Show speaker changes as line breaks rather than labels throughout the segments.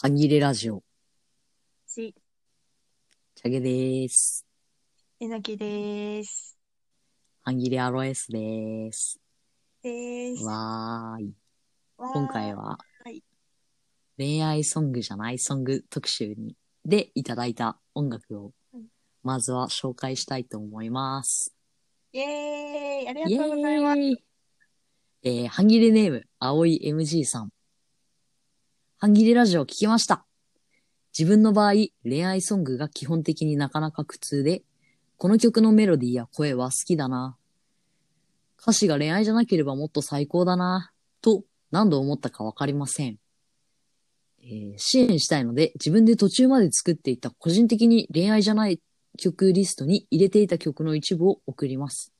半切れラジオ。
し、
チャゲです。
えのきです。
半切れアロエスです。
で
わーい。今回
は。
は
はい、
恋愛ソングじゃないソング特集に、でいただいた音楽を
うん、
まずは紹介したいと思います。
イェーイあり
イエ
がとうございます。
ーイえー、半切れネーム、青い MG さん。半切れラジオ聞きました。自分の場合、恋愛ソングが基本的になかなか苦痛で、この曲のメロディーや声は好きだな。歌詞が恋愛じゃなければもっと最高だな、と何度思ったかわかりません。えー支援したいので、自分で途中まで作っていた個人的に恋愛じゃない曲リストに入れていた曲の一部を送ります。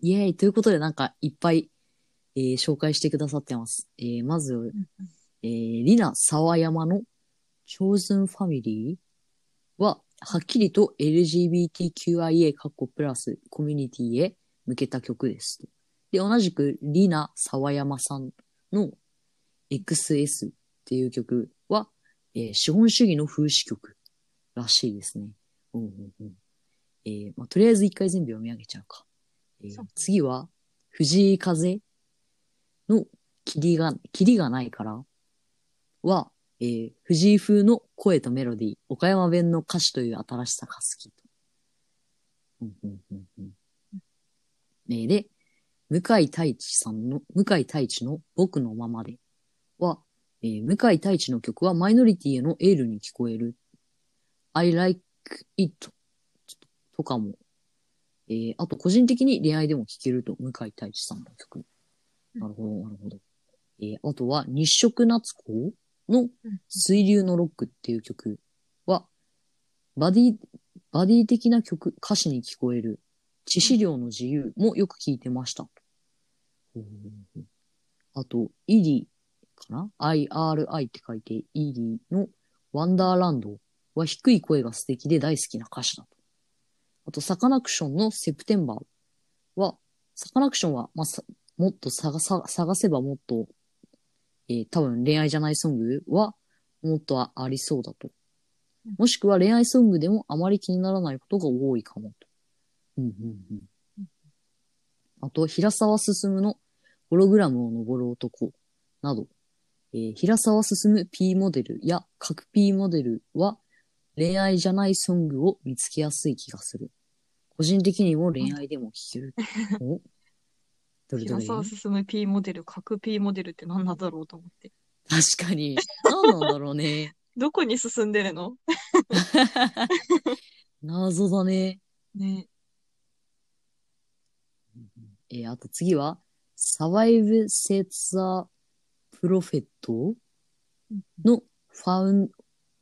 イエーイということで、なんか、いっぱい、えー紹介してくださってます。えーまず、えー、リナ・沢山の、チョーズン・ファミリーは、はっきりと LGBTQIA 括弧プラスコミュニティへ向けた曲です。で、同じく、リナ・沢山さんの XS っていう曲は、えー資本主義の風刺曲らしいですね。うんうんうんえーまあ、とりあえず一回全部読み上げちゃうか。えー
そう
次は、藤井風の霧が、霧がないからは、えー藤井風の声とメロディー、岡山弁の歌詞という新しさが好きと。うんうんうんうんえーで、向井太一さんの、向井太一の僕のままでは、えー向井太一の曲はマイノリティへのエールに聞こえる。I like it とかも、えーあと個人的に恋愛でも聴けると、向井太一さんの曲。
うん
なるほど、なるほど。えーあとは、日食夏子の水流のロックっていう曲は、バディ、バディ的な曲、歌詞に聞こえる、致死量の自由もよく聞いてました。あと、イリーかな ?IRI って書いて、イリーのワンダーランドは低い声が素敵で大好きな歌詞だと。あと、サカナクションのセプテンバーは、サカナクションは、まあ、さもっと探さ、探せばもっと、えー多分恋愛じゃないソングは、もっとあありそうだと
うん。
もしくは恋愛ソングでもあまり気にならないことが多いかもと。うんうんうん。あと、平沢進のホログラムを登る男など、えー平沢進 P モデルや各 P モデルは恋愛じゃないソングを見つけやすい気がする。個人的にも恋愛でも聴ける。 おどれど
平
れ
沢進む P モデル、各 P モデルって何なんだろうと思って。
確かに。何なんだろうね。
どこに進んでるの
謎だね。
ね。
えーあと次は、サバイブ・セーツ・ザ・プロフェットのファウン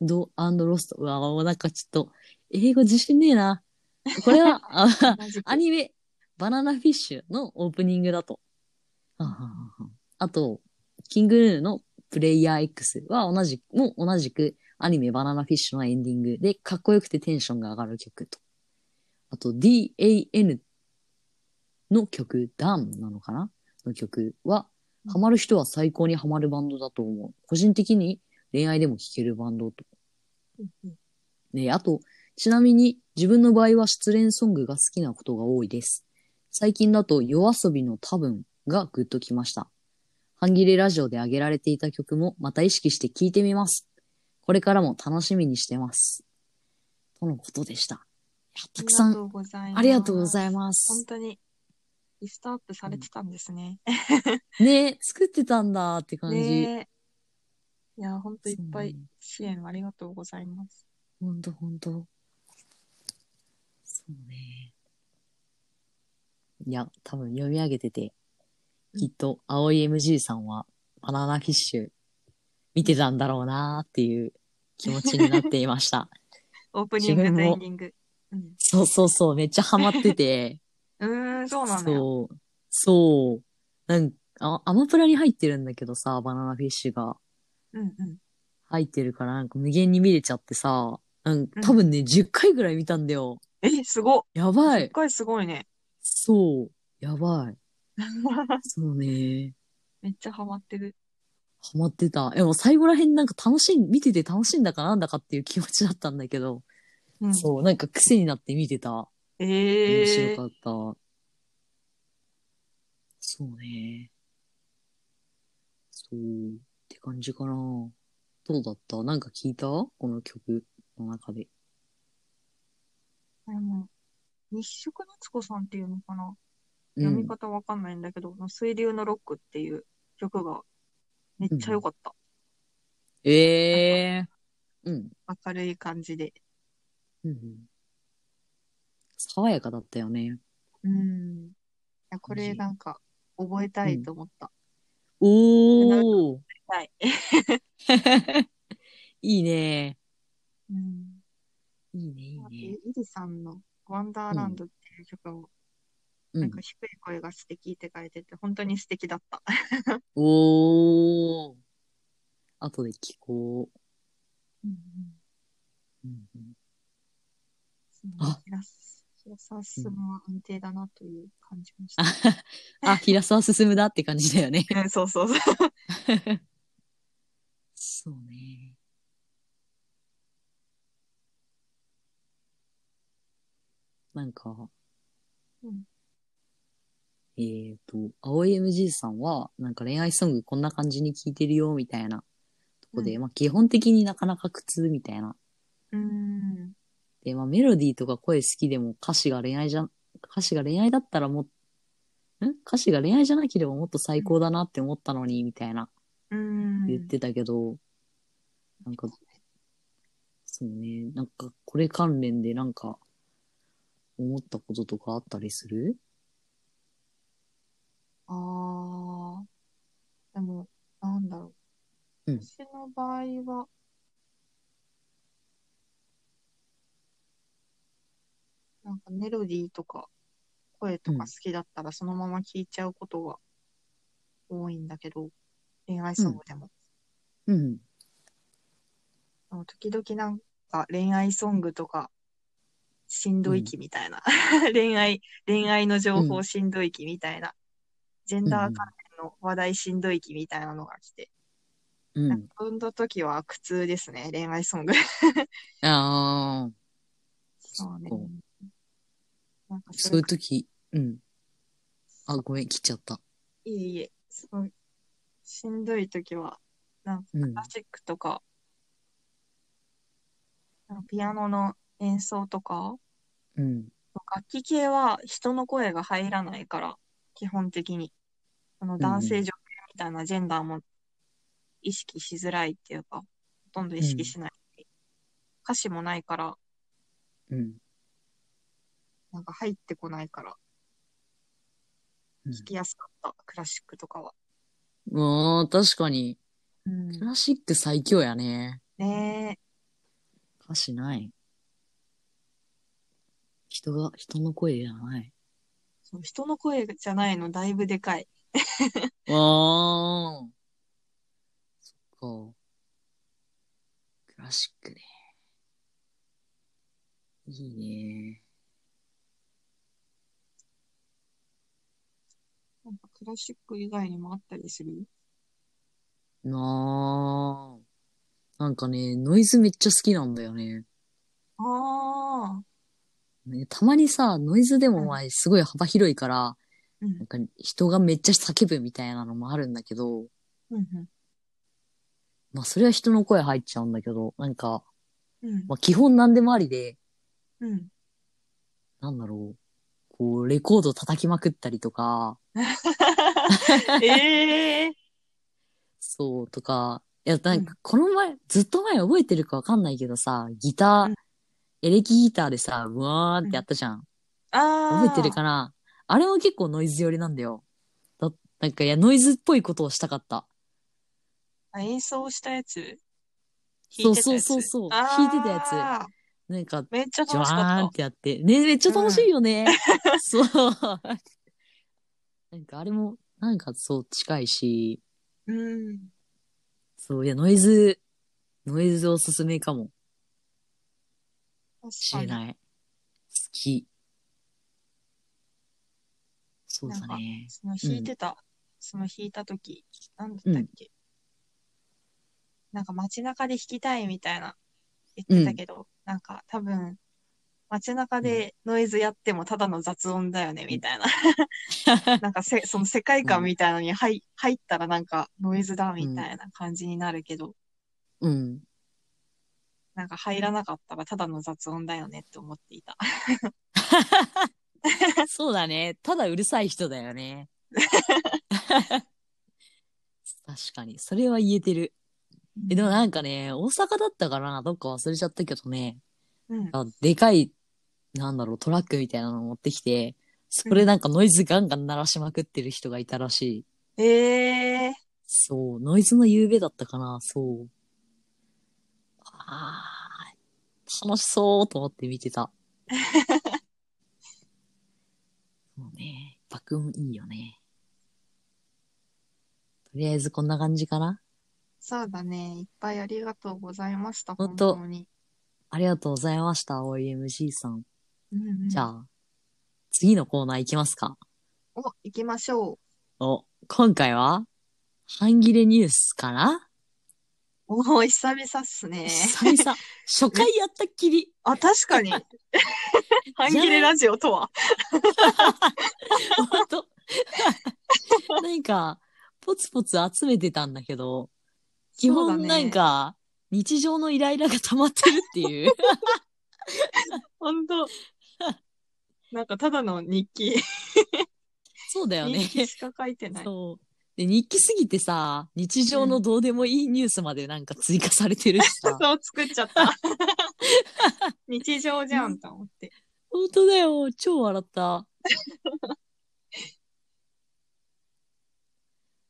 ド・アンド・ロスト。うわ、もうなんかちょっと、英語自信ねえな。これは、あ
同じく
アニメ、バナナフィッシュのオープニングだと。はあはあはああと、キングヌーのプレイヤー X は同じ、もう同じくアニメバナナフィッシュのエンディングでかっこよくてテンションが上がる曲と。あと DAN の曲、ダンなのかなの曲は、ハマる人は最高にハマるバンドだと思う。個人的に恋愛でも聴けるバンドと。ねあと、ちなみに自分の場合は失恋ソングが好きなことが多いです。最近だと夜遊びの多分がグッときました。半切れラジオで挙げられていた曲もまた意識して聴いてみます。これからも楽しみにしてます。とのことでした。いやたくさ
ありが
ん
とうございます。
ありがとうござい
ま
ま
本
す。
当に、リストアップされてたんですね。
ね作ってたんだって感じ。
ねいや、ほんといっぱ
そう
い
ね
支援ありがとうございます。
ほんとほんと。そうね。いや、多分読み上げてて、きっと、青い MG さんは、バナナフィッシュ、見てたんだろうなーっていう気持ちになっていま した。
オープニング
自分
と
も
エンディング。うん
そうそうそう、めっちゃハマってて。
うーん、 そうなんだよ。
そう。そう。なんあアマプラに入ってるんだけどさ、バナナフィッシュが。
うんうん。
入ってるから、なんか無限に見れちゃってさ、なん
うん
多分ね、10回ぐらい見たんだよ。
え、すごっ。
やば
一
い。
回すごいね。
そう。やばい。そうね。
めっちゃハマってる。
ハマってた。え、もう最後らへんなんか楽しん、見てて楽しいんだかなんだかっていう気持ちだったんだけど、
うん、
そう、なんか癖になって見てた。面
え
白
え
かった。そうね。そう。って感じかな。どうだったなんか聞いたこの曲の中で。
あの日食夏子さんっていうのかな、
う
読み
ん。
方わかんないんだけど、水流のロックっていう曲がめっちゃ良かった。
ええー。うん。
明るい感じで。
うんうん。爽やかだったよね。
うん。いやこれなんか覚えたいと思った。
おー。
はい。
いいね。
うん。
いいね、い
あと
いね。
イリさんのワンダーランドっていう曲も
う
なん
ん
か。低い声が素敵って書いてて、本当に素敵だった。
おー。後で聞こ
うん
う。うんうん
うん
あ。
平す平沢進は安定だなという感じました
あ。あ、平沢進むだって感じだよね。
うん そうそうそう。
そうね。なんか、
うん
えっ、ー、と、青い MG さんは、なんか恋愛ソングこんな感じに聴いてるよ、みたいなとこで、
う
まあ基本的になかなか苦痛みたいな。
うん。
で、まあメロディーとか声好きでも歌詞が恋愛じゃ、歌詞が恋愛だったらもう、ん歌詞が恋愛じゃなければもっと最高だなって思ったのに、みたいな。
うん。
言ってたけど、なんか、そうね、なんかこれ関連でなんか思ったこととかあったりする
ああ。でも、なんだろう。
うん
私の場合は、なんかメロディーとか声とか好きだったらそのまま聴いちゃうことが多いんだけど、恋愛ソングでも。
うん。
でも時々なんか恋愛ソングとかしんどい気みたいな、 恋愛恋愛の情報しんどい気みたいな、ジェンダー関連の話題しんどい気みたいなのが来て、
う
なん
ん。
か運動の時は苦痛ですね恋愛ソング
ああ、
そうね
そっか
なんか
そ
そ
う
れ
いう時、うん。あ、ごめん、切っちゃった。
いえいえすごいしんどい時は
うん
クラ。シックとかなんかピアノの演奏とか
うん。
楽器系は人の声が入らないから、基本的に。その
う
男
んう
性
ん
女性みたいなジェンダーも意識しづらいっていうか、ほとんど意識しない。歌詞もないから、
うん。
なんか入ってこないから、
うん
聞きやすかった、クラシックとかは。
ああ、確かに。
うん、
クラシック最強やね。
ね
歌詞ない。人が、人の声じゃない。
え、人の声じゃないのだいぶでかい。
ああ。そっか。クラシックね。いいね。
なんかクラシック以外にもあったりする
なあ。なんかね、ノイズめっちゃ好きなんだよね。
ああ、
ねたまにさ、ノイズでもまあすごい幅広いから、
うん
なんか人がめっちゃ叫ぶみたいなのもあるんだけど、
うん
まあそれは人の声入っちゃうんだけど、なんか、
うん、うん
まあ基本何でもありで、
うん。
なんだろう。こう、レコード叩きまくったりとか、
ええ
そう、とか、いや、なんか、この前、ずっと前覚えてるかわかんないけどさ、ギター、
うん
エレキギターでさ、うわーってやったじゃん。
ああ。
覚えてるかなあれも結構ノイズ寄りなんだよ。だ、なんか、いや、ノイズっぽいことをしたかった。
あ演奏したやつ
そうそうそうそう弾いてたやつ
あー
なんか、
めっちゃ
ジョ
楽
ワ
しか
ーン
っ
ってやって。ね、めっちゃ楽しいよね。 そう。なんか、あれも、なんか、そう、近いし、
た。うん。
そう、いや、ノイズ、ノイズおすすめかもしれ
確かに。
ない。好き。そう
なん
だ
か
ね。
その弾いてた、その弾いた時、なんだったっけ、なんか街中で弾きたいみたいな言ってたけど、なんか多分、街中でノイズやってもただの雑音だよね、みたいな。 なんかせ、その世界観みたいなのに入入ったらなんかノイズだ、みたいな感じになるけど、
うん。
なんか入らなかったらただの雑音だよねって思っていた。
そうだね。ただうるさい人だよね。 確かに。それは言えてる。え、でもなんかね、大阪だったかなどっか忘れちゃったけどね。
うん。
あでかい、なんだろう、トラックみたいなの持ってきて、それなんかノイズガンガン鳴らしまくってる人がいたらしい。
えー、
そう、ノイズの夕べだったかなそう。あー、楽しそうと思って見てた。そうね、爆音いいよね。とりあえずこんな感じかな
そうだね。いっぱいありがとうございました。
ほん
本
と
当に。
ありがとうございました、OMG さん。
うんうん、
じゃあ、次のコーナー行きますか。
お、行きましょう。
お、今回は、半切れニュースかな、
おお、久々っすね。
久々、初回やったっきり。
あ、確 かに。半切れラジオとは。
本当なんか、ポツポツ集めてたんだけど、基本なんか、日常のイライラが溜まってるっていう。
本 当。なんかただの日記。
そうだよね
日。記しか書いてない。
そう。で、日記すぎてさ、日常のどうでもいいニュースまでなんか追加されてるしさ。
そう作っちゃった。日常じゃんと思って。
本当だよ。超笑った。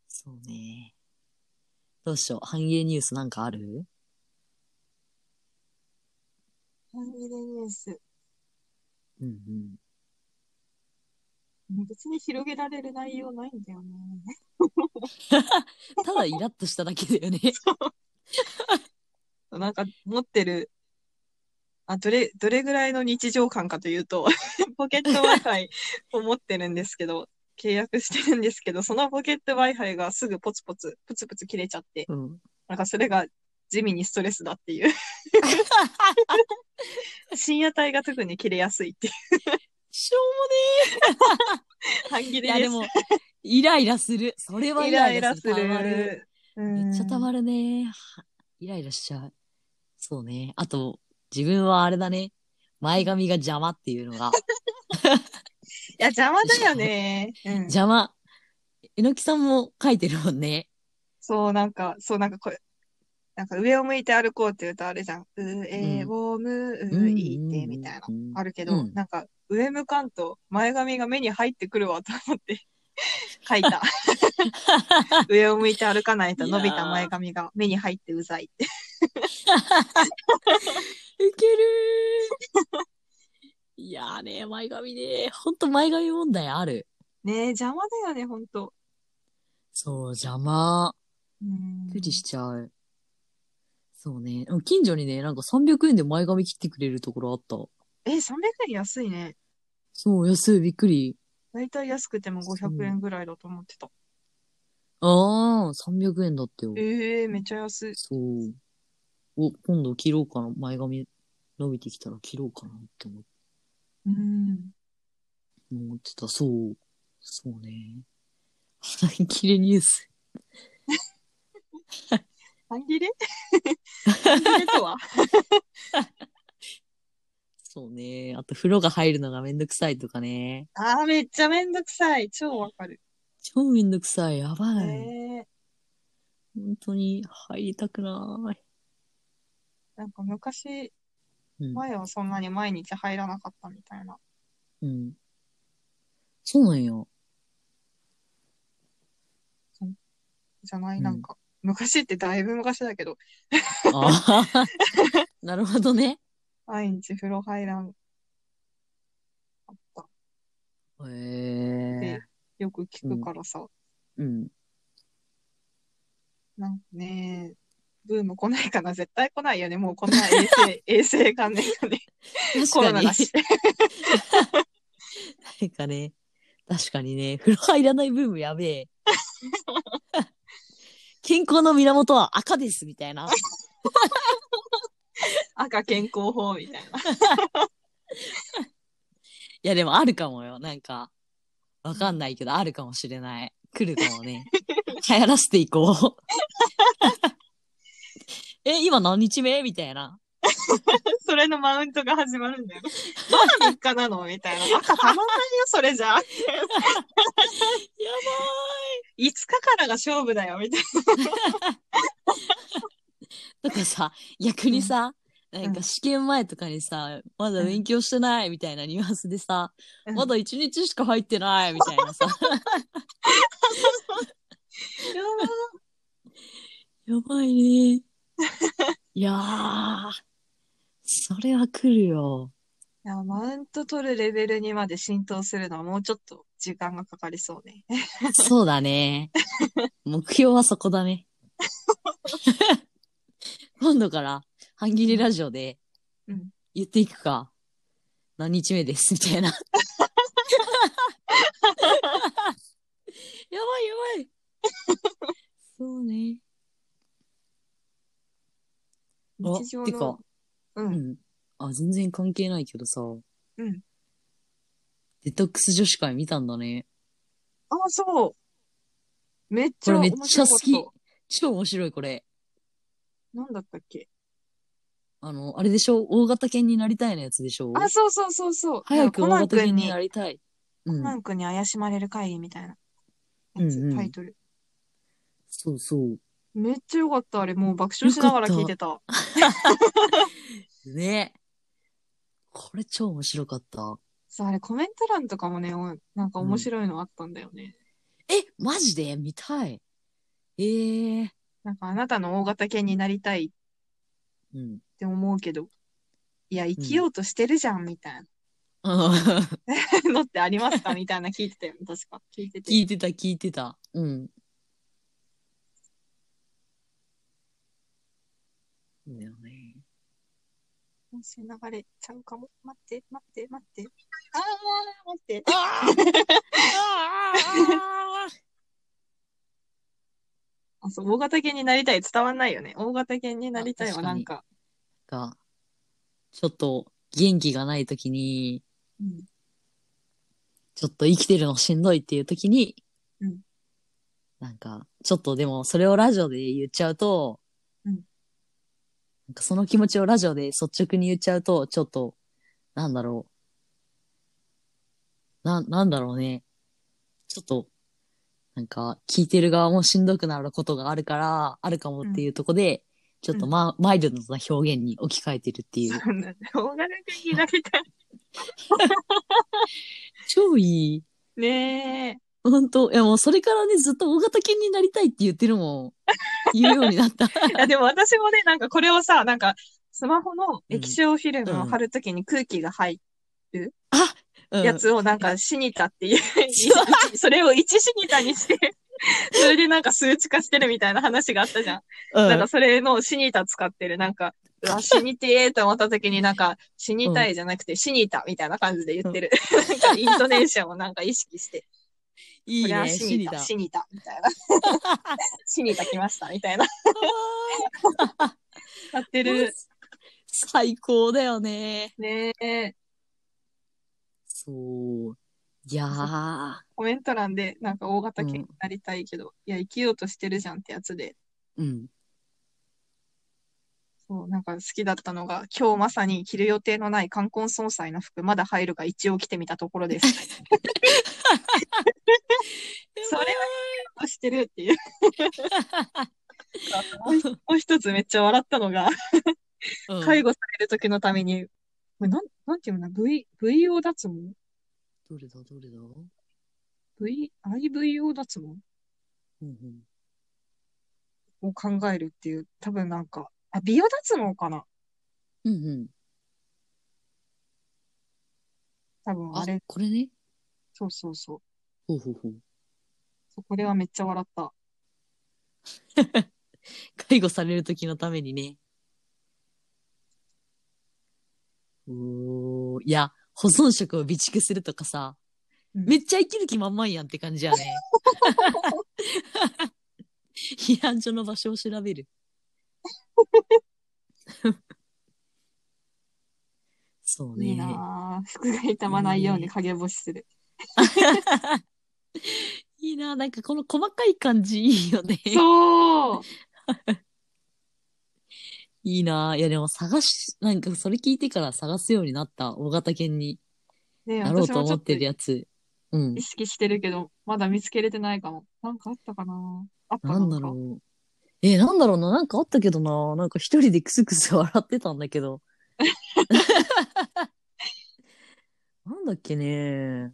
そうね。どうしよう。半減ニュースなんかある
半切れニュース。
うんうん。
別に広げられる内容ないんだよね。
ただイラッとしただけだよね。
なんか持ってる、あ、どれ、どれぐらいの日常感かというと、 ポケット Wi-Fi を持ってるんですけど、契約してるんですけど、そのポケット Wi-Fi がすぐポツポツ、プツプツ切れちゃって、
うん。
なんかそれが地味にストレスだっていう。 深夜帯が特に切れやすいっていう。
しょ
半切
うもね。い
れ
や
で。
ですも、イライラする。それはイライラする。
イ
たまる。
うん
めっちゃたまるね。はイライラしちゃう。そうね。あと、自分はあれだね。前髪が邪魔っていうのが。
いや、邪魔だよね。うん。
邪魔。えのきさんも書いてるもんね。
そう、なんか、そう、なんかこれ、なんか上を向いて歩こうって言うとあれじゃん。上を向いてみたいな。
うんうんうん
あるけど、
うん
なんか上向かんと前髪が目に入ってくるわと思って書 いた。上を向いて歩かないと伸びた前髪が目に入ってうざいって。
いけるー。いやーね、前髪ね。ほんと前髪問題ある。
ねえ、邪魔だよね、ほんと。
そう、邪魔。
うん
びっくりしちゃう。そうね。でも近所にね、なんか300円で前髪切ってくれるところあった。
え、300円安いね。
そう、安い、びっくり。
だいたい安くても500円ぐらいだと思ってた。
ああ、300円だったよ。
ええめっちゃ安い。
そう。お、今度切ろうかな。前髪伸びてきたら切ろうかなって思
うん。
思ってた。そう。そうね。 半切れニュース。
半切れ半切れとは
そうね。あと、風呂が入るのがめんどくさいとかね。
ああ、めっちゃめんどくさい。超わかる。
超めんどくさい。やばい。
ねえ
本当に入りたくない。
なんか昔、
うん。
前はそんなに毎日入らなかったみたいな。
うん。そうなんよ。
じゃな
う
い、
ん
なんか。昔ってだいぶ昔だけど、
ああ。 なるほどね。
毎日風呂入らんかったっ
へ
て
え。
よく聞くからさ。
うん。
なんかね、ブーム来ないかな絶対来ないよね。も うこんな衛生、衛生観念がね、コ
確
ロ
か
ナ
に
だ。し。
なんか ね。確かにね。風呂入らないブームやべえ。健康の源は赤ですみたいな。
赤健康法みたいな。
いや、でもあるかもよ。なんか、わかんないけど、あるかもしれない。来るかもね。流行らせていこう。 え、今何日目みたい な。
それのマウントが始まるん だよね。まだ3日なのみたいな。赤たまんないよ、 それじゃ。5
や
日からが勝負だよ、みたい
ばーい。とかさ、逆にさ、なんか試験前とかにさ、まだ勉強してないみたいなニュアンスでさ、
な。
まだ1日しか入ってないみたいなさ、
うんやばい
やばいね。いやー、それは来るよ。
いや、マウント取るレベルにまで浸透するのはもうちょっと時間がかかりそうね。
そうだね。目標はそこだ ね。今度から、半切れラジオで
うん、
言っていくか。何日目です、みた いな。やばいやばい。そうね。あ
日常
てか
の。、う。
うんん。あ、全然関係ないけどさ。
うん。
デトックス女子会見たんだね。
あ、そう。めっちゃ
これめっ
面
ちゃ
白
好
かっ
き
た。
超面白い、これ。
なんだったっけ
あの、あれでしょ大型犬になりたいのやつでしょ
あ、そうそうそうそう。
早く大
コナン
型
君
犬に
に、
な
コ
りたい。うん
ナ。ン君に怪しまれる会議みたいなやつ
うんうん
タイトル。
そうそう。
めっちゃよかった、あれ。もう爆笑しながら聞いてた。
ね。これ超面白かった。
さあ、あれコメント欄とかもね、おなんか面白いのあったんだよね。
え、マジで見たい。ええー。
なんかあなたの大型犬になりたいっ
うん。
て思うけど、いや、生きようとしてるじゃん、みたいな。のってありますかみたいな聞いてたよね、確か。 聞いてて。
聞いてた、聞いてた。うん。そうだよね。
音声流れちゃうかも。待って、待って、待って。ああ、待って。
あーあー
あ、そう、大型犬になりたい。伝わんないよね。大型犬になりた
あ
いは
確か
な
に
んか。
が、ちょっと元気がないときに、
うん。
ちょっと生きてるのしんどいっていう時に、
うん
なんか、ちょっとでもそれをラジオで言っちゃうと、
うん
なんかその気持ちをラジオで率直に言っちゃうと、ちょっと、なんだろう。な、なんだろうね。ちょっと、なんか、聞いてる側もしんどくなることがあるから、あるかもっていうとこで、ちょっとま、マイルドな表現に置き換えてるって いう。
そうなんだ。大型犬になり たい。
超いい。
ねえ。
ほんと。いやもうそれからね、ずっと大型犬になりたいって言ってる もん。言うようになった。
いや、でも私もね、なんかこれをさ、なんか、スマホの液晶フィルムを貼るときに空気が入
うん
るやつをなんかシニタっていう、 それを1シニタに して、それでなんか数値化してるみたいな話があったじゃん。
うん
なんかそれのシニタ使ってる、なんか、うわ、死にてーと思った時になんか、死にたいじゃなくて死にたみたいな感じで言ってる。 なんかイントネーションをなんか意識 して、
いい
これは
ね、
死
シ
に
ニ
た、
タ。
死にた、みたい な。死にた来ました、みたいな。やってる。
最高だよね。
ねえ。
そう。いやー。
コメント欄で、なんか大型犬になりたいけど、いや、生きようとしてるじゃんってやつで、
うん。
そう、なんか好きだったのが、今日まさに着る予定のない冠婚葬祭の服、まだ入るが一応着てみたとこ ろです。それはしてるっていう。もう一もう一つめっちゃ笑ったの
う
が、
ん
介護される時のために、これなん、なんていうのかな ?V、VO 脱毛
どれだ、どれだ
?V、IVO 脱毛
うんうん
を考えるっていう、多分なんか、あ、美容脱毛かな
うんうん。
多分あ
あ
れ、、
これね。
そうそうそう。
ほうほうほう。
そうこれはめっちゃ笑った。
介護される時のためにね。おー、いや、保存食を備蓄するとかさ、
うん
めっちゃ生きる気満々やんって感じやね。避難所の場所を調べる。 そうね。
いいなぁ服が傷まないように陰干し する。
いいなぁなんかこの細かい感じいいよね。
そう
いいなぁいやでも探し、なんかそれ聞いてから探すようになった大型犬に
ねえ
なろう
私
と
も
思
ちょ
っ
っと
てるやつ。うん
意。識してるけど、まだ見つけれてないかも。なんかあったかなあった
なんだ
なんか
ろう。え、なんだろうな。なんかあったけどな。なんか一人でクスクス笑ってたんだけど。 なんだっけね。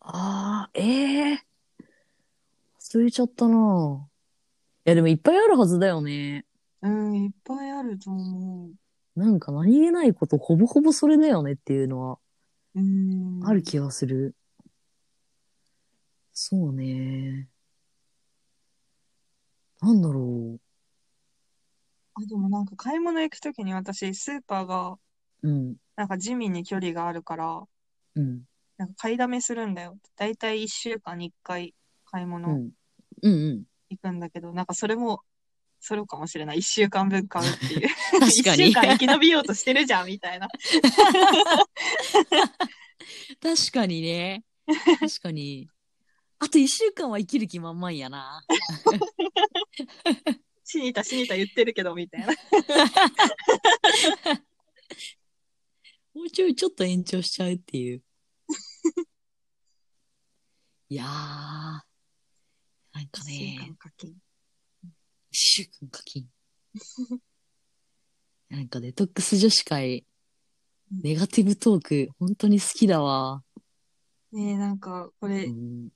あー、ええー。忘れちゃったな。いや、でもいっぱいあるはずだよね。
うん、いっぱいあると思う。
なんか何気ないことほぼほぼそれだよねっていうのは
うん。
ある気がする。そうね。なんだろ
あ、でもなんか買い物行くときに私、スーパーが、
う。うん、
なんか地味に距離があるから、
うん、
なんか買いだめするんだよ。だいたい1週間に1回買いう物
ん。うんうん。
行くんだけど、なんかそれも、それかもしれない。1週間分買うっていう。
確かに
1週間生き延びようとしてるじゃん、みたい な。
確かにね。確かに。あと一週間は生きる気満々やな。
死にた死にた言ってるけど、みたいな。
もうちょいちょっと延長しちゃうって いう。いやー。なんか
1週
ね
間、課金。
一週間課金。 なんかデトックス女子会、ネガティブトーク、本当に好きだわ。
ねえ、なんか、これ
う、ん、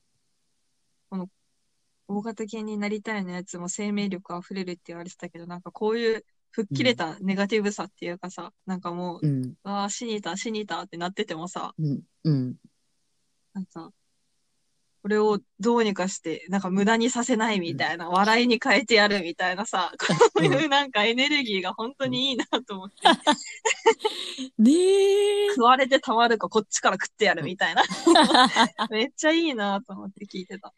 大型犬になりたいのやつも生命力あふれるって言われてたけど、なんかこういう吹っ切れたネガティブさっていうかさ、なんかもう、
うん、
ああ、死にた、死にたってなっててもさ、
うん、うん。
なんか、これをどうにかして、なんか無駄にさせないみたいな、笑いに変えてやるみたいなさ、こういうなんかエネルギーが本当にいいなと思って、
ねえ。
食われてたまるかこっちから食ってやるみたいな、めっちゃいいなと思って聞いてた。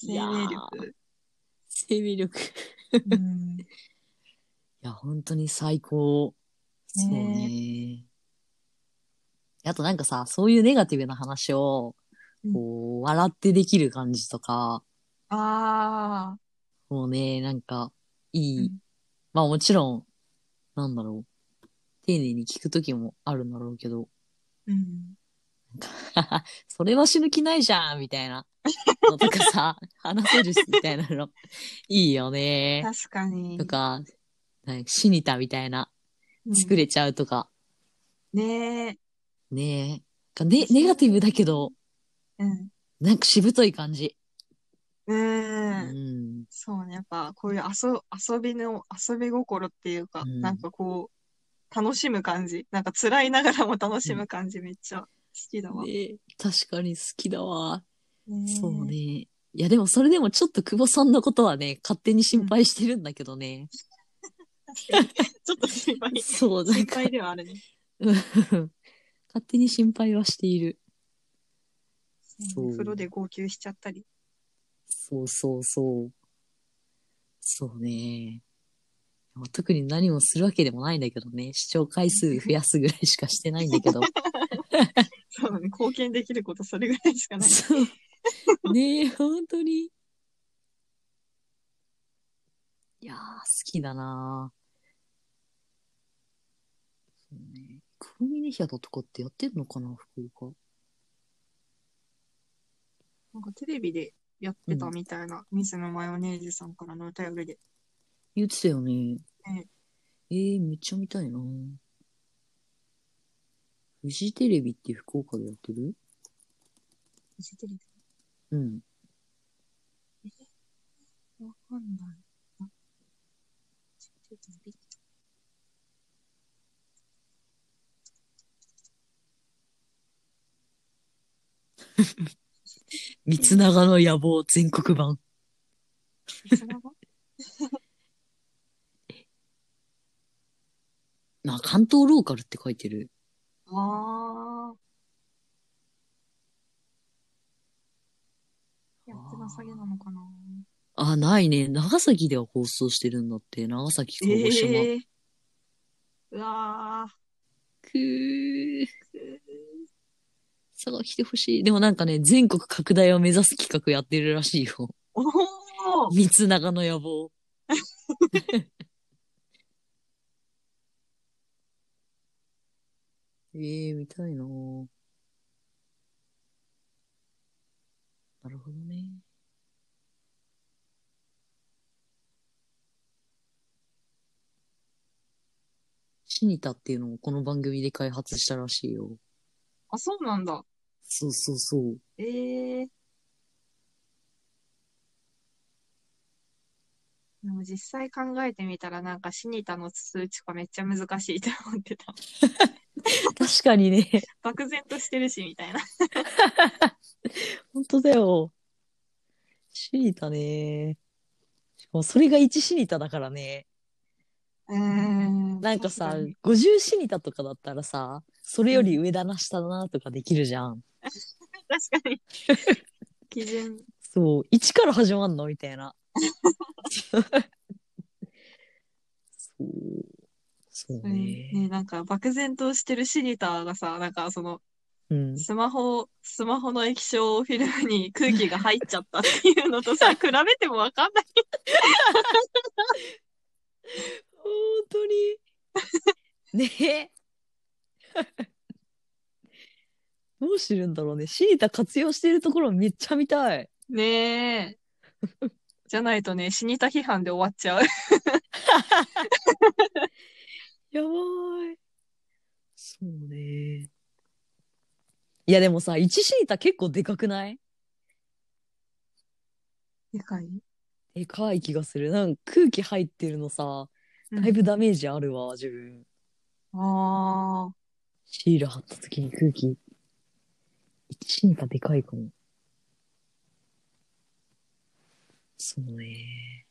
生
いやー
命力。
生命力。
うん
いや、本当に最高。
ねえ
そうね。あとなんかさ、そういうネガティブな話を、
うん
こう、笑ってできる感じとか、
ああ、
もうね、なんか、いい。
うん
まあもちろん、なんだろう。丁寧に聞くときもあるんだろうけど、
うん。
それは死ぬ気ないじゃんみたいな。のとかさ、 話せるし、みたいなの。いいよね。
確かに
と。か、なんか死にたみたいな。
うん
作れちゃうとか。
ねえ。
ねえ。ね、ネガティブだけど、
うん。
なんかしぶとい感じ。う
うーん。
ん。
そうね。やっぱ、こういう遊、遊びの、遊び心っていうか、
うん
なんかこう、楽しむ感じ。なんか辛いながらも楽しむ感じ、めっちゃ好きだわ。
ねえ確かに好きだわ。
ねえ
そうね。。いや、でもそれでもちょっと久保さんのことはね、勝手に心配してるんだけどね。
確かにちょっと心 配、
そう、なん
心
か、
配ではあるね。
うん 勝手に心配はしている。そう
風呂で号泣しちゃったり。
そうそうそう。そうね。まあ特に何もするわけでもないんだけどね。視聴回数増やすぐらいしかしてないんだけど。
そうだね。貢献できること、それぐらいしかない。
そう。ねえ、本当に。いやー、好きだなぁそうね。黒峰ヒアだとかってやってんのかな、福岡。
なんかテレビでやってたみたいな、水野マヨネーズさんからのお便りで。
言ってたよね。
ね
えー、めっちゃ見たいなぁフジテレビって福岡でやってる
フジテレビ
うん。
わかんないな。ちょっと待って
三つ長の野望全国版。
その後
あ、関東ローカルって書いてる。
あー。やってなさげなのかな
あ、ないね。長崎では放送してるんだって。長崎、鹿児島。
えーうわー
くー。探してほしい。でもなんかね、全国拡大を目指す企画やってるらしい よ。
おお
三つ長の野望。 ええ見たいなぁなるほどね。シニタっていうのをこの番組で開発したらしいよ。
あ、そうなんだ。
そうそうそう。
ええでも実際考えてみたらなんかシニタの数値化めっちゃ難しいと思ってた。
確かにね。
漠然としてるしみたいな。
本当だよ。シニタね。しかもそれが1シニタだからね。
うん
なんかさ、50シニタとかだったらさ、それより上だな、下だなとかできるじゃん。
確 かに。基準。
そう、1から始まんのみたい な。そう。そう
うん
ね。
ね、なんか漠然としてるシニタがさ、なんかその
うん。
スマホ、スマホの液晶フィルムに空気が入っちゃったっていうの とさ、比べてもわかんない。
本当 に。 ねえ。どうしてるんだろうね。シニタ活用してるところめっちゃ見たい。
ねえ。 じゃないとね、死にた批判で終わっちゃう。
やばーい。そうね。いやでもさ、1シータ結構でかくない
でかい
でかい気がする。なんか空気入ってるのさ、だいぶダメージあるわ、自分。
ああ、
シール貼った時に空気。1シータでかいかも。そうね。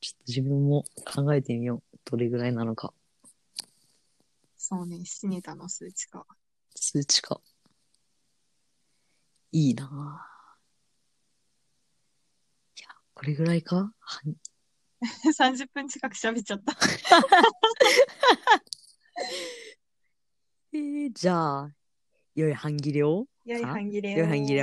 ちょっと自分も考えてみよう。どれぐらいなのか。
そうね、シニタの数値か。
数値化。いいなぁ。いや、これぐらいかは
30分近く喋っちゃった。
えー、じゃあ、良い半切れを
良い半切れ
良い半切れを